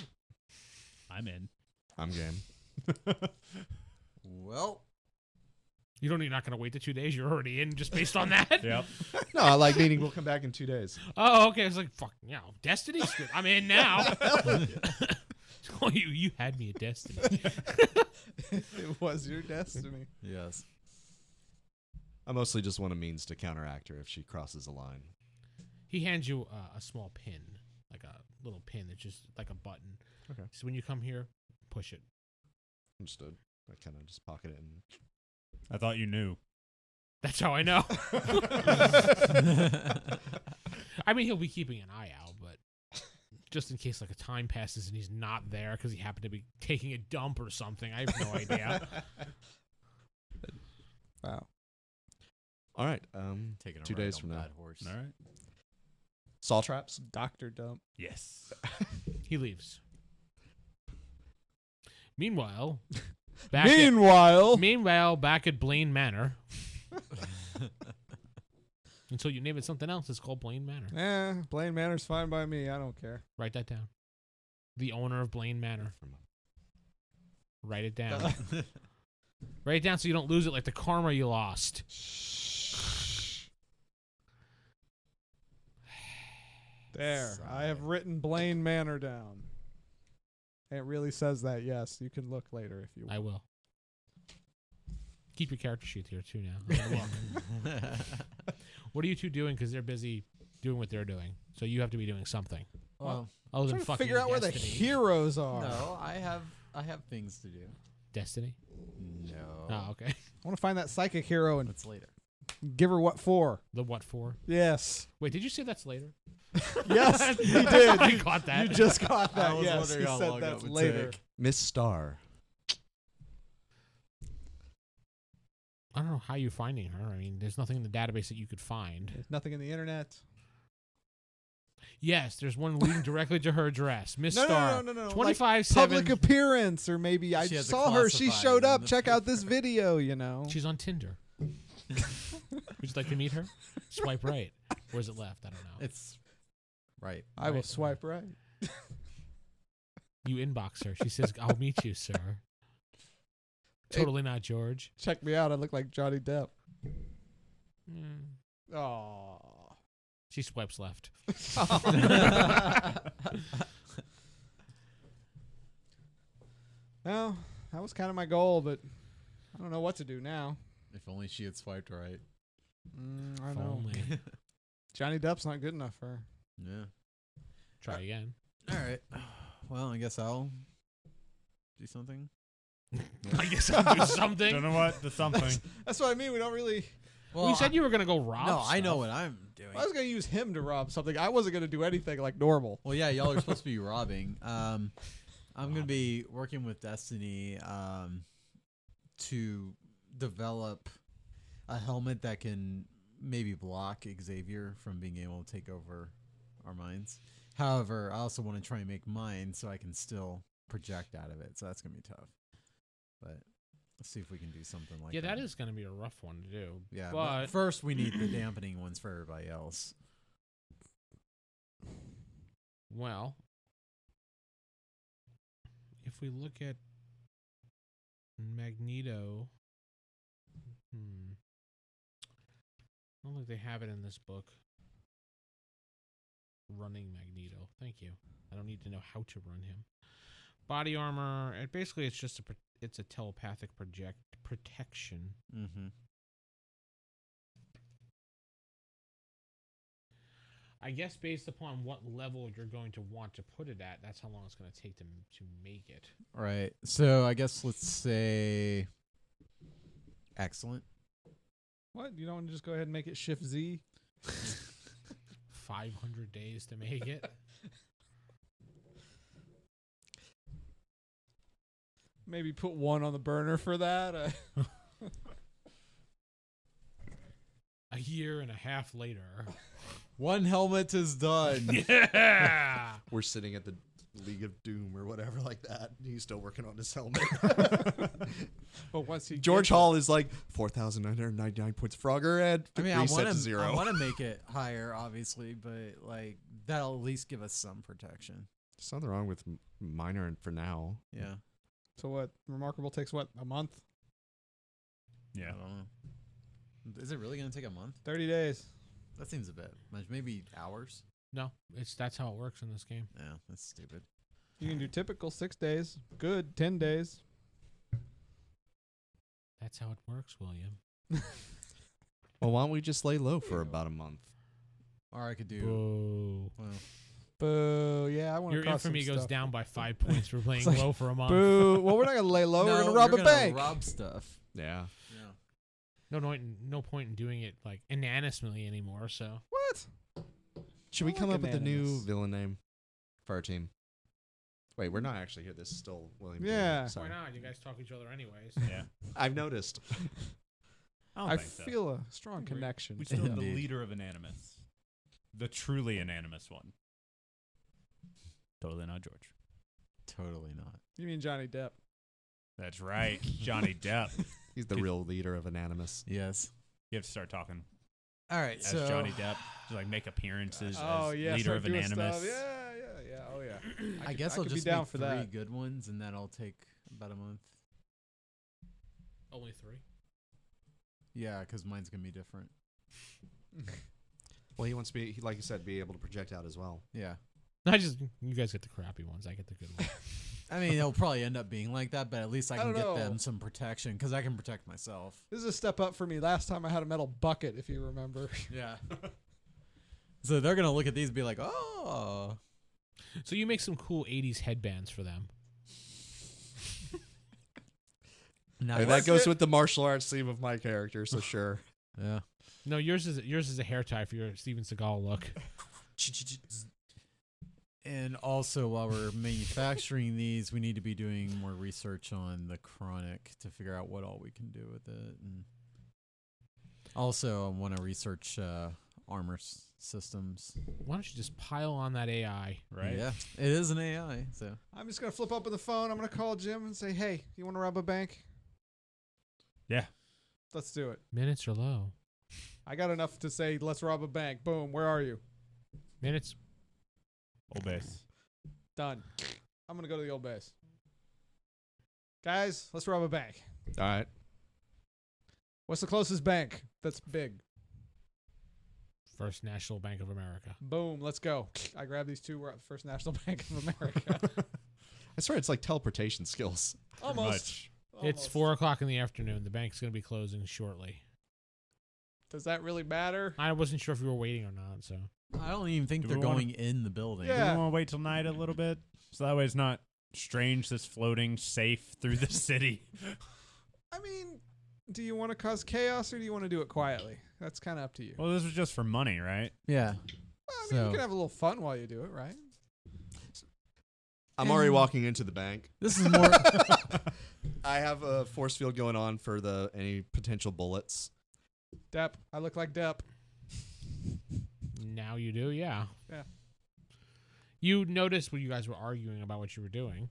I'm in. I'm game. Well, You don't. You're not going to wait the two days. You're already in just based on that. yep. No, I like meeting. We'll come back in two days. Oh, okay. It's like fuck. Yeah, Destiny. Screw it. I'm in now. oh, you you had me at Destiny. it was your destiny. yes. I mostly just want a means to counteract her if she crosses a line. he hands you uh, a small pin, like a little pin that's just like a button. Okay. So when you come here, push it. Understood. I kind of just pocket it and. I thought you knew. That's how I know. I mean, he'll be keeping an eye out, but just in case like a time passes and he's not there because he happened to be taking a dump or something. I have no idea. Wow. All right. Um, Taking a Two ride days on from now. Bad horse. All right. saw traps. Doctor Dump. Yes. he leaves. Meanwhile, back at, Meanwhile, meanwhile back at Blaine Manor. Until you name it something else, it's called Blaine Manor. eh, Blaine Manor's fine by me. I don't care. Write that down. The owner of Blaine Manor. Write it down. Write it down so you don't lose it like the karma you lost. There. I have written Blaine Manor down. It really says that. Yes, you can look later if you want. I will. Keep your character sheet here too now. I'm gonna look. what are you two doing? Because they're busy doing what they're doing. So you have to be doing something. well, Other I'm than trying to fucking figure out where the Destiny. heroes are. no, I have I have things to do. Destiny. No, Oh, okay. I want to find that psychic hero and that's later. give her what for. The what for? Yes. Wait, did you say that's later? Yes, he did. I You, caught that. you just caught I that. was Yes, wondering he how said long that that's would later. take. Miss Star. I don't know how you're finding her. I mean, there's nothing in the database that you could find. There's nothing in the internet. Yes, there's one leading directly to her address. Miss No, no, Star. no, no, no, no, like 25 Public 7. appearance, or maybe I She has a saw her. She classified showed in up. the Check out this paper. video. You know. She's on Tinder. Would you like to meet her? Swipe right. Or is it left? I don't know. It's right. I will Right. swipe right. You inbox her. She says, I'll meet you, sir. Totally not George. Check me out. I look like Johnny Depp. Mm. Oh. She swipes left. Well, that was kind of my goal, but I don't know what to do now. If only she had swiped right. Mm, I If know. only. Johnny Depp's not good enough for her. Yeah. Try again. All right. Well, I guess I'll do something. I guess I'll do Don't something. know what the something. That's what I mean. We don't really. Well, you said you were gonna go rob. No, I know stuff. what I'm doing. I was gonna use him to rob something. I wasn't gonna do anything like normal. Well, yeah, y'all are supposed to be robbing. Um, I'm gonna be working with Destiny um, to develop a helmet that can maybe block Xavier from being able to take over our minds. However, I also want to try and make mine so I can still project out of it. So that's gonna be tough. But let's see if we can do something like Yeah, that. that is gonna be a rough one to do. Yeah, but- but first we need the dampening ones for everybody else. Well, if we look at Magneto, hmm, I don't think they have it in this book. Running Magneto. Thank you. I don't need to know how to run him. Body armor. It basically, it's just a pro- it's a telepathic project protection. Mm-hmm. I guess based upon what level you're going to want to put it at, that's how long it's going to take to to make it. Right. So I guess let's say excellent. What? You don't want to just go ahead and make it Shift Z? 500 days to make it. Maybe put one on the burner for that. Uh, a year and a half later. One helmet is done. yeah. We're sitting at the League of Doom or whatever like that. He's still working on his helmet. but once he George gets Hall is like 4,999 points Frogger and I mean, I reset want to to. I zero. want to make it higher, obviously, but like that'll at least give us some protection. There's nothing wrong with m- minor and for now. Yeah. it- so what? Remarkable takes what? A month? I Yeah. don't know. Is it really gonna take a month? Thirty days. That seems a bit much. Maybe hours. No, it's that's how it works in this game. Yeah, that's stupid. You can do typical six days. Good ten days. That's how it works, William. Well, why don't we just lay low for about a month? Or I could do. Boo. Well, Boo! Yeah, I want to. Your infamy goes down by five points for playing like, low for a month. Boo! Well, we're not gonna lay low. no, Oh, we're gonna you're rob a bank. Rob stuff. Yeah. Yeah. No, no, no point in doing it like anonymously anymore. So what? Should I we like come up with a new Anonymous. villain name for our team? Wait, we're not actually here. This is still William. Dean. Yeah. Sorry. why not? You guys talk to each other anyways. Yeah. I've noticed. I don't I think so. feel a strong We- connection. We still have the Indeed. leader of Anonymous, the truly Anonymous one. Totally not George. Totally not. you mean Johnny Depp? That's right, Johnny Depp. He's the Could- real leader of Anonymous. Yes. You have to start talking All right. as so Johnny Depp, to like make appearances oh as yeah, leader start of doing Anonymous. Stuff. Yeah, yeah, yeah. Oh yeah. I, could- guess I I will could be just down make for three that. good ones, and that'll take about a month. Only three. Yeah, because mine's gonna be different. Well, he wants to be, he, like you said, be able to project out as well. Yeah, I just you guys get the crappy ones. I get the good ones. I mean it'll probably end up being like that, but at least I I can don't get know. them some protection because I can protect myself. This is a step up for me. Last time I had a metal bucket, if you remember. Yeah. so they're gonna look at these and be like, oh, so you make some cool '80s headbands for them. nice. that goes with the martial arts theme of my character, so sure. yeah. No, yours is yours is a hair tie for your Steven Seagal look. And also, while we're manufacturing these, we need to be doing more research on the chronic to figure out what all we can do with it. And also, I want to research uh, armor s- systems. Why don't you just pile on that AI? Right? Yeah, it is an AI. So I'm just gonna flip open the phone. I'm gonna call Jim and say, "Hey, you want to rob a bank?" Yeah. Let's do it. Minutes are low. I got enough to say, "Let's rob a bank." Boom. Where are you? Minutes. Old base. Done. I'm gonna go to the old base. Guys, let's rob a bank. All right. What's the closest bank that's big? First National Bank of America. Boom, let's go. I grab these two. We're at the First National Bank of America. I swear it's like teleportation skills. Almost. It's Almost. four o'clock in the afternoon. The bank's going to be closing shortly. Does that really matter? I wasn't sure if you were waiting or not, so I don't even think Do they're we wanna- going in the building. Do Yeah. we want to wait till night a little bit? So that way it's not strange that's floating safe through the city. I mean, do you want to cause chaos or do you want to do it quietly? That's kind of up to you. Well, this was just for money, right? Yeah. Well, I mean, so- you can have a little fun while you do it, right? I'm already And- walking into the bank. This is more. I have a force field going on for the any potential bullets. Depp, I look like Depp. now you do, yeah. Yeah. You noticed when you guys were arguing about what you were doing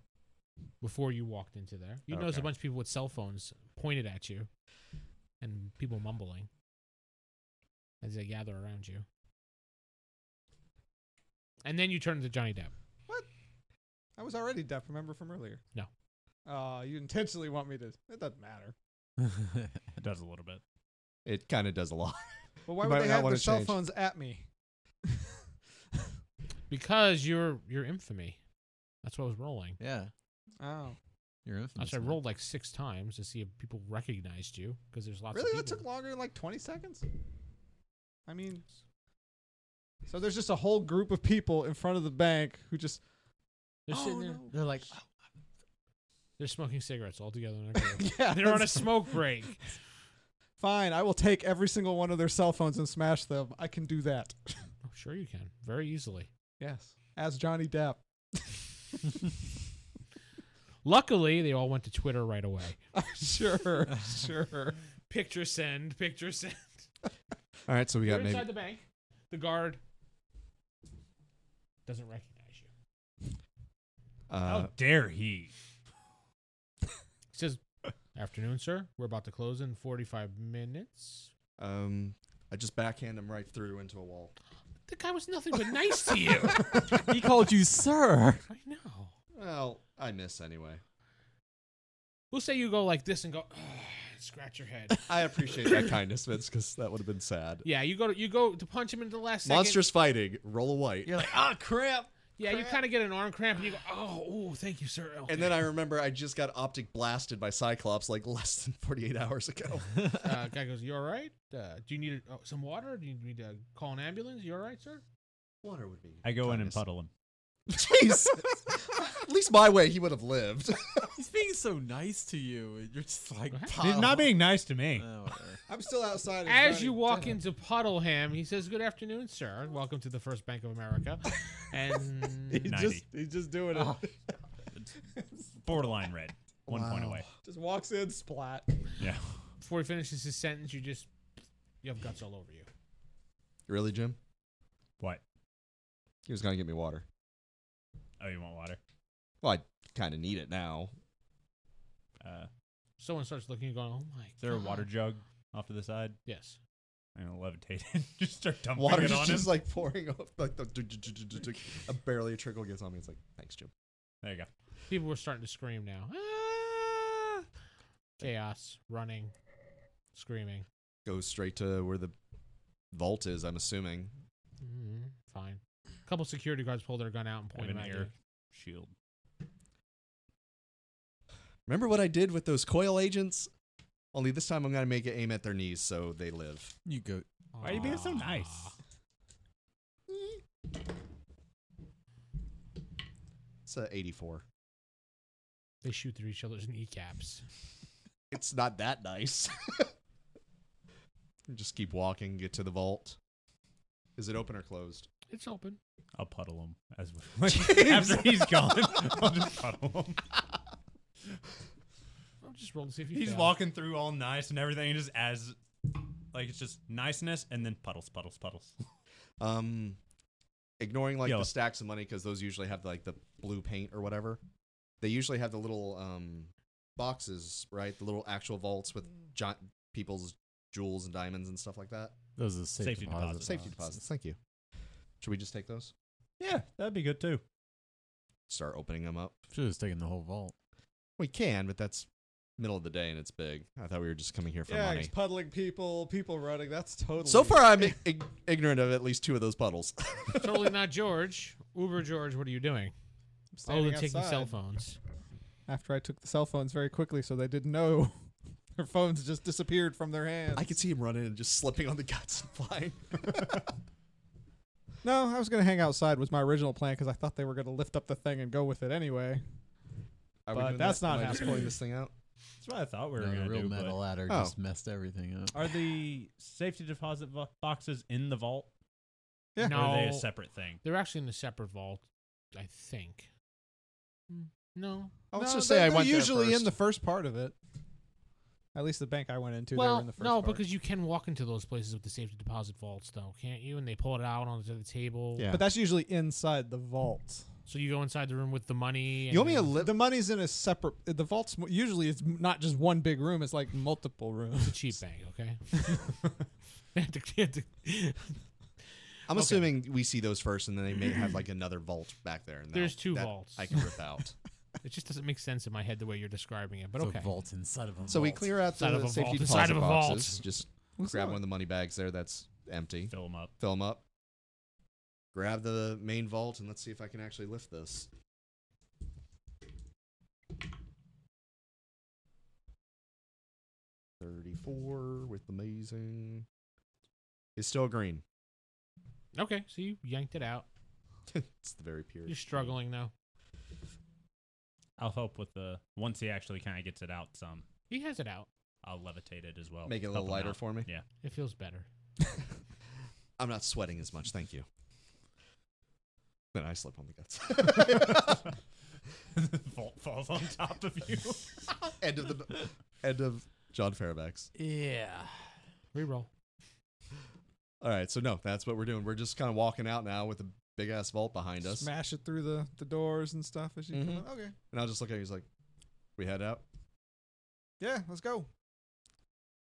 before you walked into there. You noticed a Okay. bunch of people with cell phones pointed at you and people mumbling as they gather around you. And then you turn to Johnny Depp. I was already Depp. Remember from earlier? No. Uh, you intentionally want me to? It doesn't matter. It does a little bit. It kind of does a lot. Well, why You would might they not have wanna their cell change. phones at me? Because you're you're infamy. That's what I was rolling. yeah. Oh, You're infamous. Also, I man. rolled like six times to see if people recognized you because there's lots really? of That people. took longer than like 20 seconds. I mean, so there's just a whole group of people in front of the bank who just They're Oh, sitting there. They're like, They're smoking cigarettes all together. In a group. yeah, They're on a that's- smoke break. Fine, I will take every single one of their cell phones and smash them. I can do that. Oh, sure, you can very easily. Yes, as Johnny Depp. Luckily, they all went to Twitter right away. sure, sure. Picture send. Picture send. All right, so we You're got inside maybe the bank. The guard doesn't recognize you. uh, How dare he? He says, "Afternoon, sir. We're about to close in 45 minutes." um I just backhand him right through into a wall. The guy was nothing but nice to you. he called you sir. I know. Well, I miss anyway. We'll say you go like this and go, "Ugh," scratch your head. I appreciate that kindness, Vince, because that would have been sad. Yeah, you go to you go to punch him into the last second. Monsters fighting, roll a white. You're like, oh crap. Yeah, you kind of get an arm cramp and you go, "Oh, ooh, thank you, sir." Okay. And then I remember I just got optic blasted by Cyclops like less than 48 hours ago. uh, guy goes, "You all right? Uh, do you need uh, some water? Do you need to call an ambulance? You all right, sir?" Water would be. I go in and kindness. puddle him. Jeez. At least my way, he would have lived. He's being so nice to you. and You're just like, Right. pile not on. being nice to me. Oh, whatever. I'm still outside. As you walk into Puddleham, he says, "Good afternoon, sir. Welcome to the First Bank of America." And he's 90. just he's just doing Oh. it. Borderline red. One point Wow. away. Just walks in, splat. Yeah. before he finishes his sentence, you just you have guts all over you. really, Jim? What? He was going to get me water. Oh, you want water? Well, I kind of need it now. Uh, Someone starts looking and going, "Oh my!" is there a God." water jug off to the side? Yes. I'm gonna levitate it. just start dumping Water it just, on just, him. like pouring off. Like the, a barely a trickle gets on me. It's like, thanks, Jim. there you go. People were starting to scream now. Ah! Chaos, running, screaming. Go straight to where the vault is, I'm assuming. hmm Fine. A couple security guards pull their gun out and I have point an them at you. air shield. Remember what I did with those coil agents? Only this time I'm going to make it aim at their knees so they live. You go. Why are you being so nice? Aw. It's a 84. They shoot through each other's kneecaps. It's not that nice. Just keep walking, get to the vault. Is it open or closed? It's open. I'll puddle him as we after he's gone. I'll just puddle him. I'll just roll to see if you He's fail. walking through all nice and everything, just as like it's just niceness and then puddles, puddles, puddles. Um, ignoring like Yeah. the stacks of money because those usually have like the blue paint or whatever. They usually have the little um boxes, right? The little actual vaults with giant people's jewels and diamonds and stuff like that. Those are safe Safety deposit. deposits. Safety deposits. Thank you. Should we just take those? Yeah, that'd be good too. Start opening them up. Should have taken the whole vault. We can, but that's middle of the day and it's big. I thought we were just coming here for yeah, money. it's puddling people, people running. That's totally. So far, I'm ig- ignorant of at least two of those puddles. totally not George. Uber George, what are you doing? I'm Oh, standing they're taking outside. cell phones. After I took the cell phones very quickly, so they didn't know, their phones just disappeared from their hands. I could see him running and just slipping on the guts and flying. No, I was gonna hang outside was my original plan because I thought they were gonna lift up the thing and go with it anyway. Are But doing that's that? not Am I just happening. pulling this thing out. That's what I thought we were No, gonna the real do. metal but ladder Oh. just messed everything up. Are the safety deposit vo- boxes in the vault? Yeah. Or are they a No. separate thing? They're actually in a separate vault, I think. Hmm, No. I'll No, just say they're- I they're went there usually in first. the first part of it. At least the bank I went into, they were well, in the first no, part. because you can walk into those places with the safety deposit vaults, though, can't you? And they pull it out onto the table. Yeah. but that's usually inside the vault. So you go inside the room with the money. And You owe me a then lip. The money's in a separate. The vault's mo- usually it's m- not just one big room; it's like multiple rooms. the cheap bank, okay? They have to- they have to- I'm Okay. assuming we see those first, and then they may have like another vault back there. And There's that- two that vaults. I can rip out. it just doesn't make sense in my head the way you're describing it, but It's okay. a vault inside of a so we vault. clear out Side of the a safety vault, the side deposit of a vault. boxes. Just grab one of the money bags there that's empty. Fill them up. Fill them up. Grab the main vault, and let's see if I can actually lift this. Thirty-four with amazing. It's still green. Okay, so you yanked it out. it's the very pure. You're struggling, though. I'll help with the once he actually kind of gets it out. Some He has it out. I'll levitate it Oh, as well. Make it a Help little him lighter out. for me. Yeah. It feels better. I'm not sweating as much, thank you. Then I slip on the guts. the vault falls on top of you. end of the end of John Fairbanks. Yeah. Reroll. All right, so no, that's what we're doing. We're just kind of walking out now with a big ass vault behind us, Smash it through the, the doors and stuff as you come Mhm. up. Okay, and I'll just look at you. He's like, "We head out." yeah, let's go.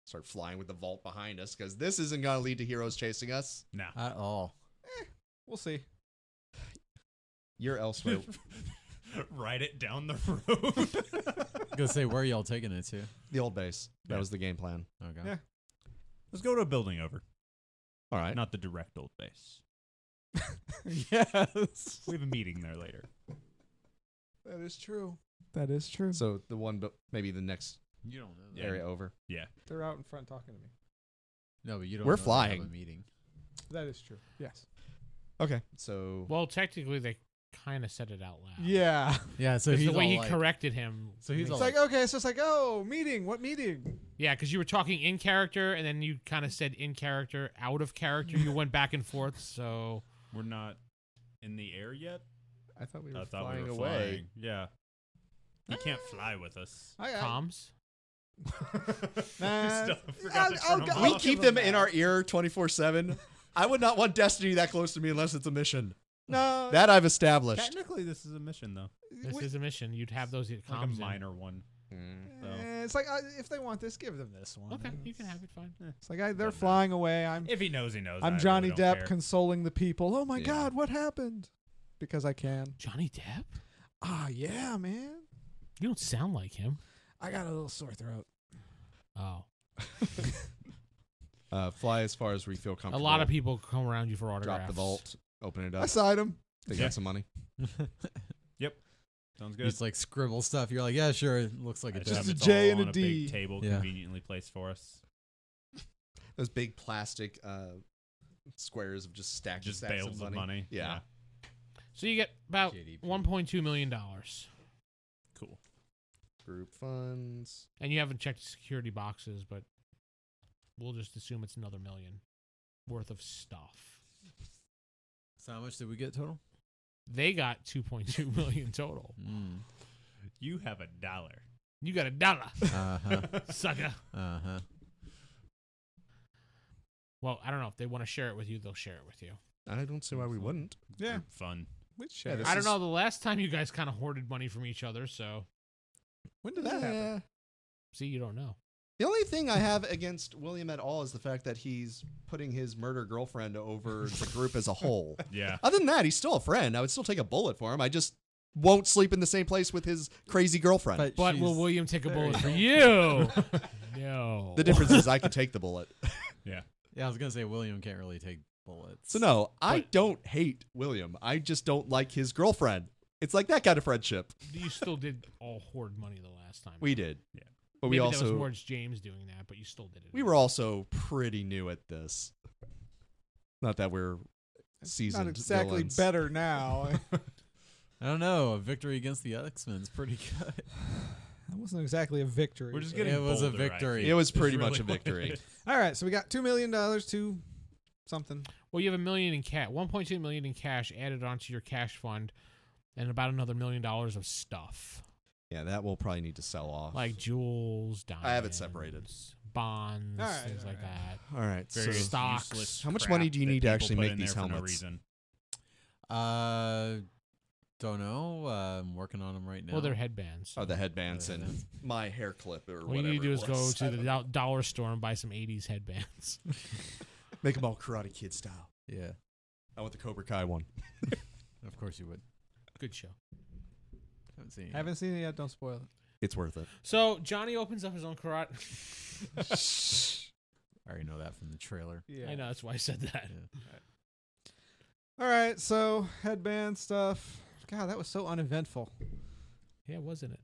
Start flying with the vault behind us because this isn't going to lead to heroes chasing us. no. At all. We'll see. You're elsewhere. Ride it down the road. I was gonna say where are y'all taking it to? Oh, the old base. That Yeah. was the game plan. Okay. Yeah. Let's go to a building over, All right. not the direct old base. yes, We have a meeting there later. that is true. That is true. So the one, but maybe the next You don't know. That. Yeah. area over. They're out in front talking to me. No, but you don't. We're know they have flying. a meeting. That is true. Yes. Okay. So Well, technically, they kind of said it out loud. Yeah. Yeah. So 'Cause he's the way all he like, corrected him. So he's makes- all It's like okay, so it's like oh, meeting. What meeting? yeah, because you were talking in character, and then you kind of said in character, out of character. You went back and forth. So We're not in the air yet. I thought we were I thought flying we were away. flying. Yeah. He can't fly with us. I, I, comms. Nah. Still forgot to I'll- I'll turn 'em go- off. we I'll keep give 'em them in that. our ear 24 7 i would not want destiny that close to me unless it's a mission no. that i've established Technically, this is a mission though, This we- is a mission. You'd have those comms. like a in. minor one. though. eh, it's like uh, if they want this, give them this one. Okay, you can have it. Fine. It's like I, Doesn't they're matter. flying away. I'm If he knows, he knows. I I'm really Johnny don't Depp care. consoling the people. Oh my Yeah. God, what happened? Because I can. Johnny Depp. Ah, yeah, man. You don't sound like him. I got a little sore throat. Oh, uh, fly as far as we feel a comfortable lot of people come around you for autographs. drop the vault open it I up side him. they Yeah. got some money Sounds good. It's like scribble stuff. You're like, yeah, sure. It looks like I it just does. have a it J all and a on D. Big table Yeah. conveniently placed for us. those big plastic uh, squares of just stacked Just stacks bales of money, Yeah. So you get about JDP. 1.2 million dollars, Cool. group funds and you haven't checked security boxes, but we'll just assume it's another million worth of stuff. So how much did we get total? They got 2.2 million total. Mm. You have a dollar. You got a dollar, Uh huh. sucker. uh huh. Well, I don't know if they want to share it with you, they'll share it with you. i don't see why we wouldn't Yeah, Group Fun. we Yeah, share. this I don't is- know. The last time you guys kind of hoarded money from each other, so when did that happen? Eh. see, you don't know. the only thing i have against william at all is the fact that he's putting his murder girlfriend over the group as a whole Yeah. other than that he's still a friend i would still take a bullet for him i just won't sleep in the same place with his crazy girlfriend. But, But will she's- William take a there bullet you for go. you? no. the difference is I can take the bullet. Yeah. Yeah, I was gonna say William can't really take bullets. So no, I don't hate William. I just don't like his girlfriend. It's like that kind of friendship. You still did all hoard money the last time. We did. Yeah. But Maybe we that was also towards James doing that, but you still did it. we were also pretty new at this. Not that we're seasoned Not exactly villains. better now. I don't know. A victory against the X Men's pretty good. that wasn't exactly a victory. We're just but- It getting was a bolder, I victory. think, It was is pretty really much a what it victory. is. All right, so we got two million dollars to something. Well, you have a million in cat, 1.2 million in cash added onto your cash fund, and about another million dollars of stuff Yeah, that we'll probably need to sell off. like jewels, diamonds. I have it separated. Bonds, All right, things all like right. that. all right. So Various Stocks. useless How much crap money do you that need to people actually put make in there these for no helmets? reason. Uh, don't know. Uh, I'm working on them right now. Well, they're headbands. oh, the headbands Yeah. and my hair clip or What you whatever. need to do it is go was. to the do- dollar store and buy some 80s headbands. make them all Karate Kid style. yeah. I want the Cobra Kai one. Of course you would. Good show. Haven't seen. it I haven't seen it yet. Don't spoil it. It's worth it. So Johnny opens up his own karate. yet. I already know that from the trailer. Yeah. I know that's why I said that. Yeah. All right, so headband stuff. God, that was so uneventful. Yeah, wasn't it?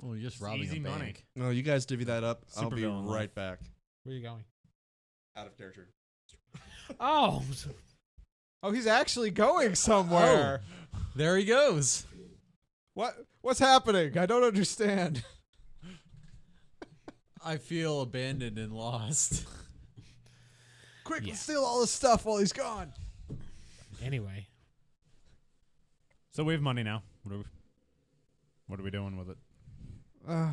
Well, you're just It's robbing easy a bank. money. No, Oh, you guys divvy that up. I'll be Supervillain life. right back. Where you going? Out of character. Oh, Oh, he's actually going somewhere. There he goes. What what's happening? I don't understand. I feel abandoned and lost. Quick, Yeah. let's steal all his stuff while he's gone. anyway. So we have money now. What are we, what are we doing with it? Uh,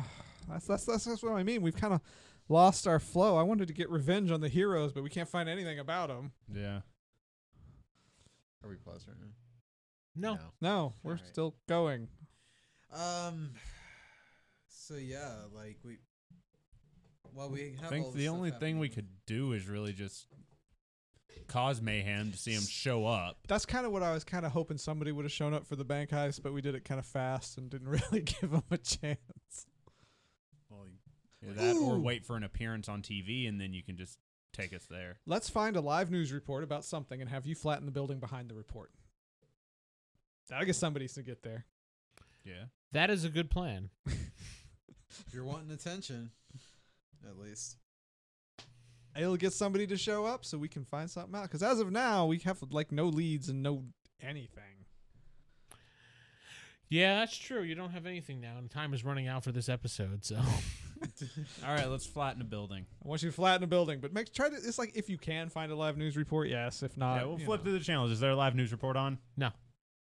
that's, that's that's that's what I mean. We've kind of lost our flow. I wanted to get revenge on the heroes, but we can't find anything about them. Yeah. Are we paused right now? No. No, we're Alright. still going. Um. So yeah, like we. Well, we have I think the only thing we could do is really just cause mayhem to see him show up. That's kind of what I was kind of hoping somebody would have shown up for the bank heist, but we did it kind of fast and didn't really give them a chance. Either that or Ooh. wait for an appearance on TV and then you can just take us there. Let's find a live news report about something and have you flatten the building behind the report. I guess somebody's to get there. Yeah. That is a good plan. If you're wanting attention, at least. It'll get somebody to show up so we can find something out. Because as of now, we have like no leads and no anything. Yeah, that's true. You don't have anything now, and time is running out for this episode. So All right, let's flatten a building. I want you to flatten a building, but make try to. It's like if you can find a live news report, yes. If not, Uh, yeah, we'll you flip know. through the channels. Is there a live news report on? No.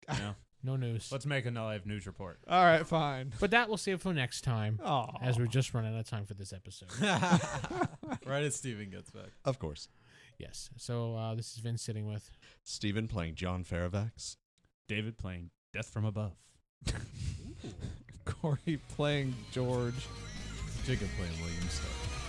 No. no news. Let's make a live news report. All right, fine. But that we'll save for next time, Oh, as we're just running out of time for this episode. right as Steven gets back. Of course. yes. So uh, this is Vince sitting with. Steven playing John Faravax. David playing Death from Above. Corey playing George. Jacob playing Williams. stuff.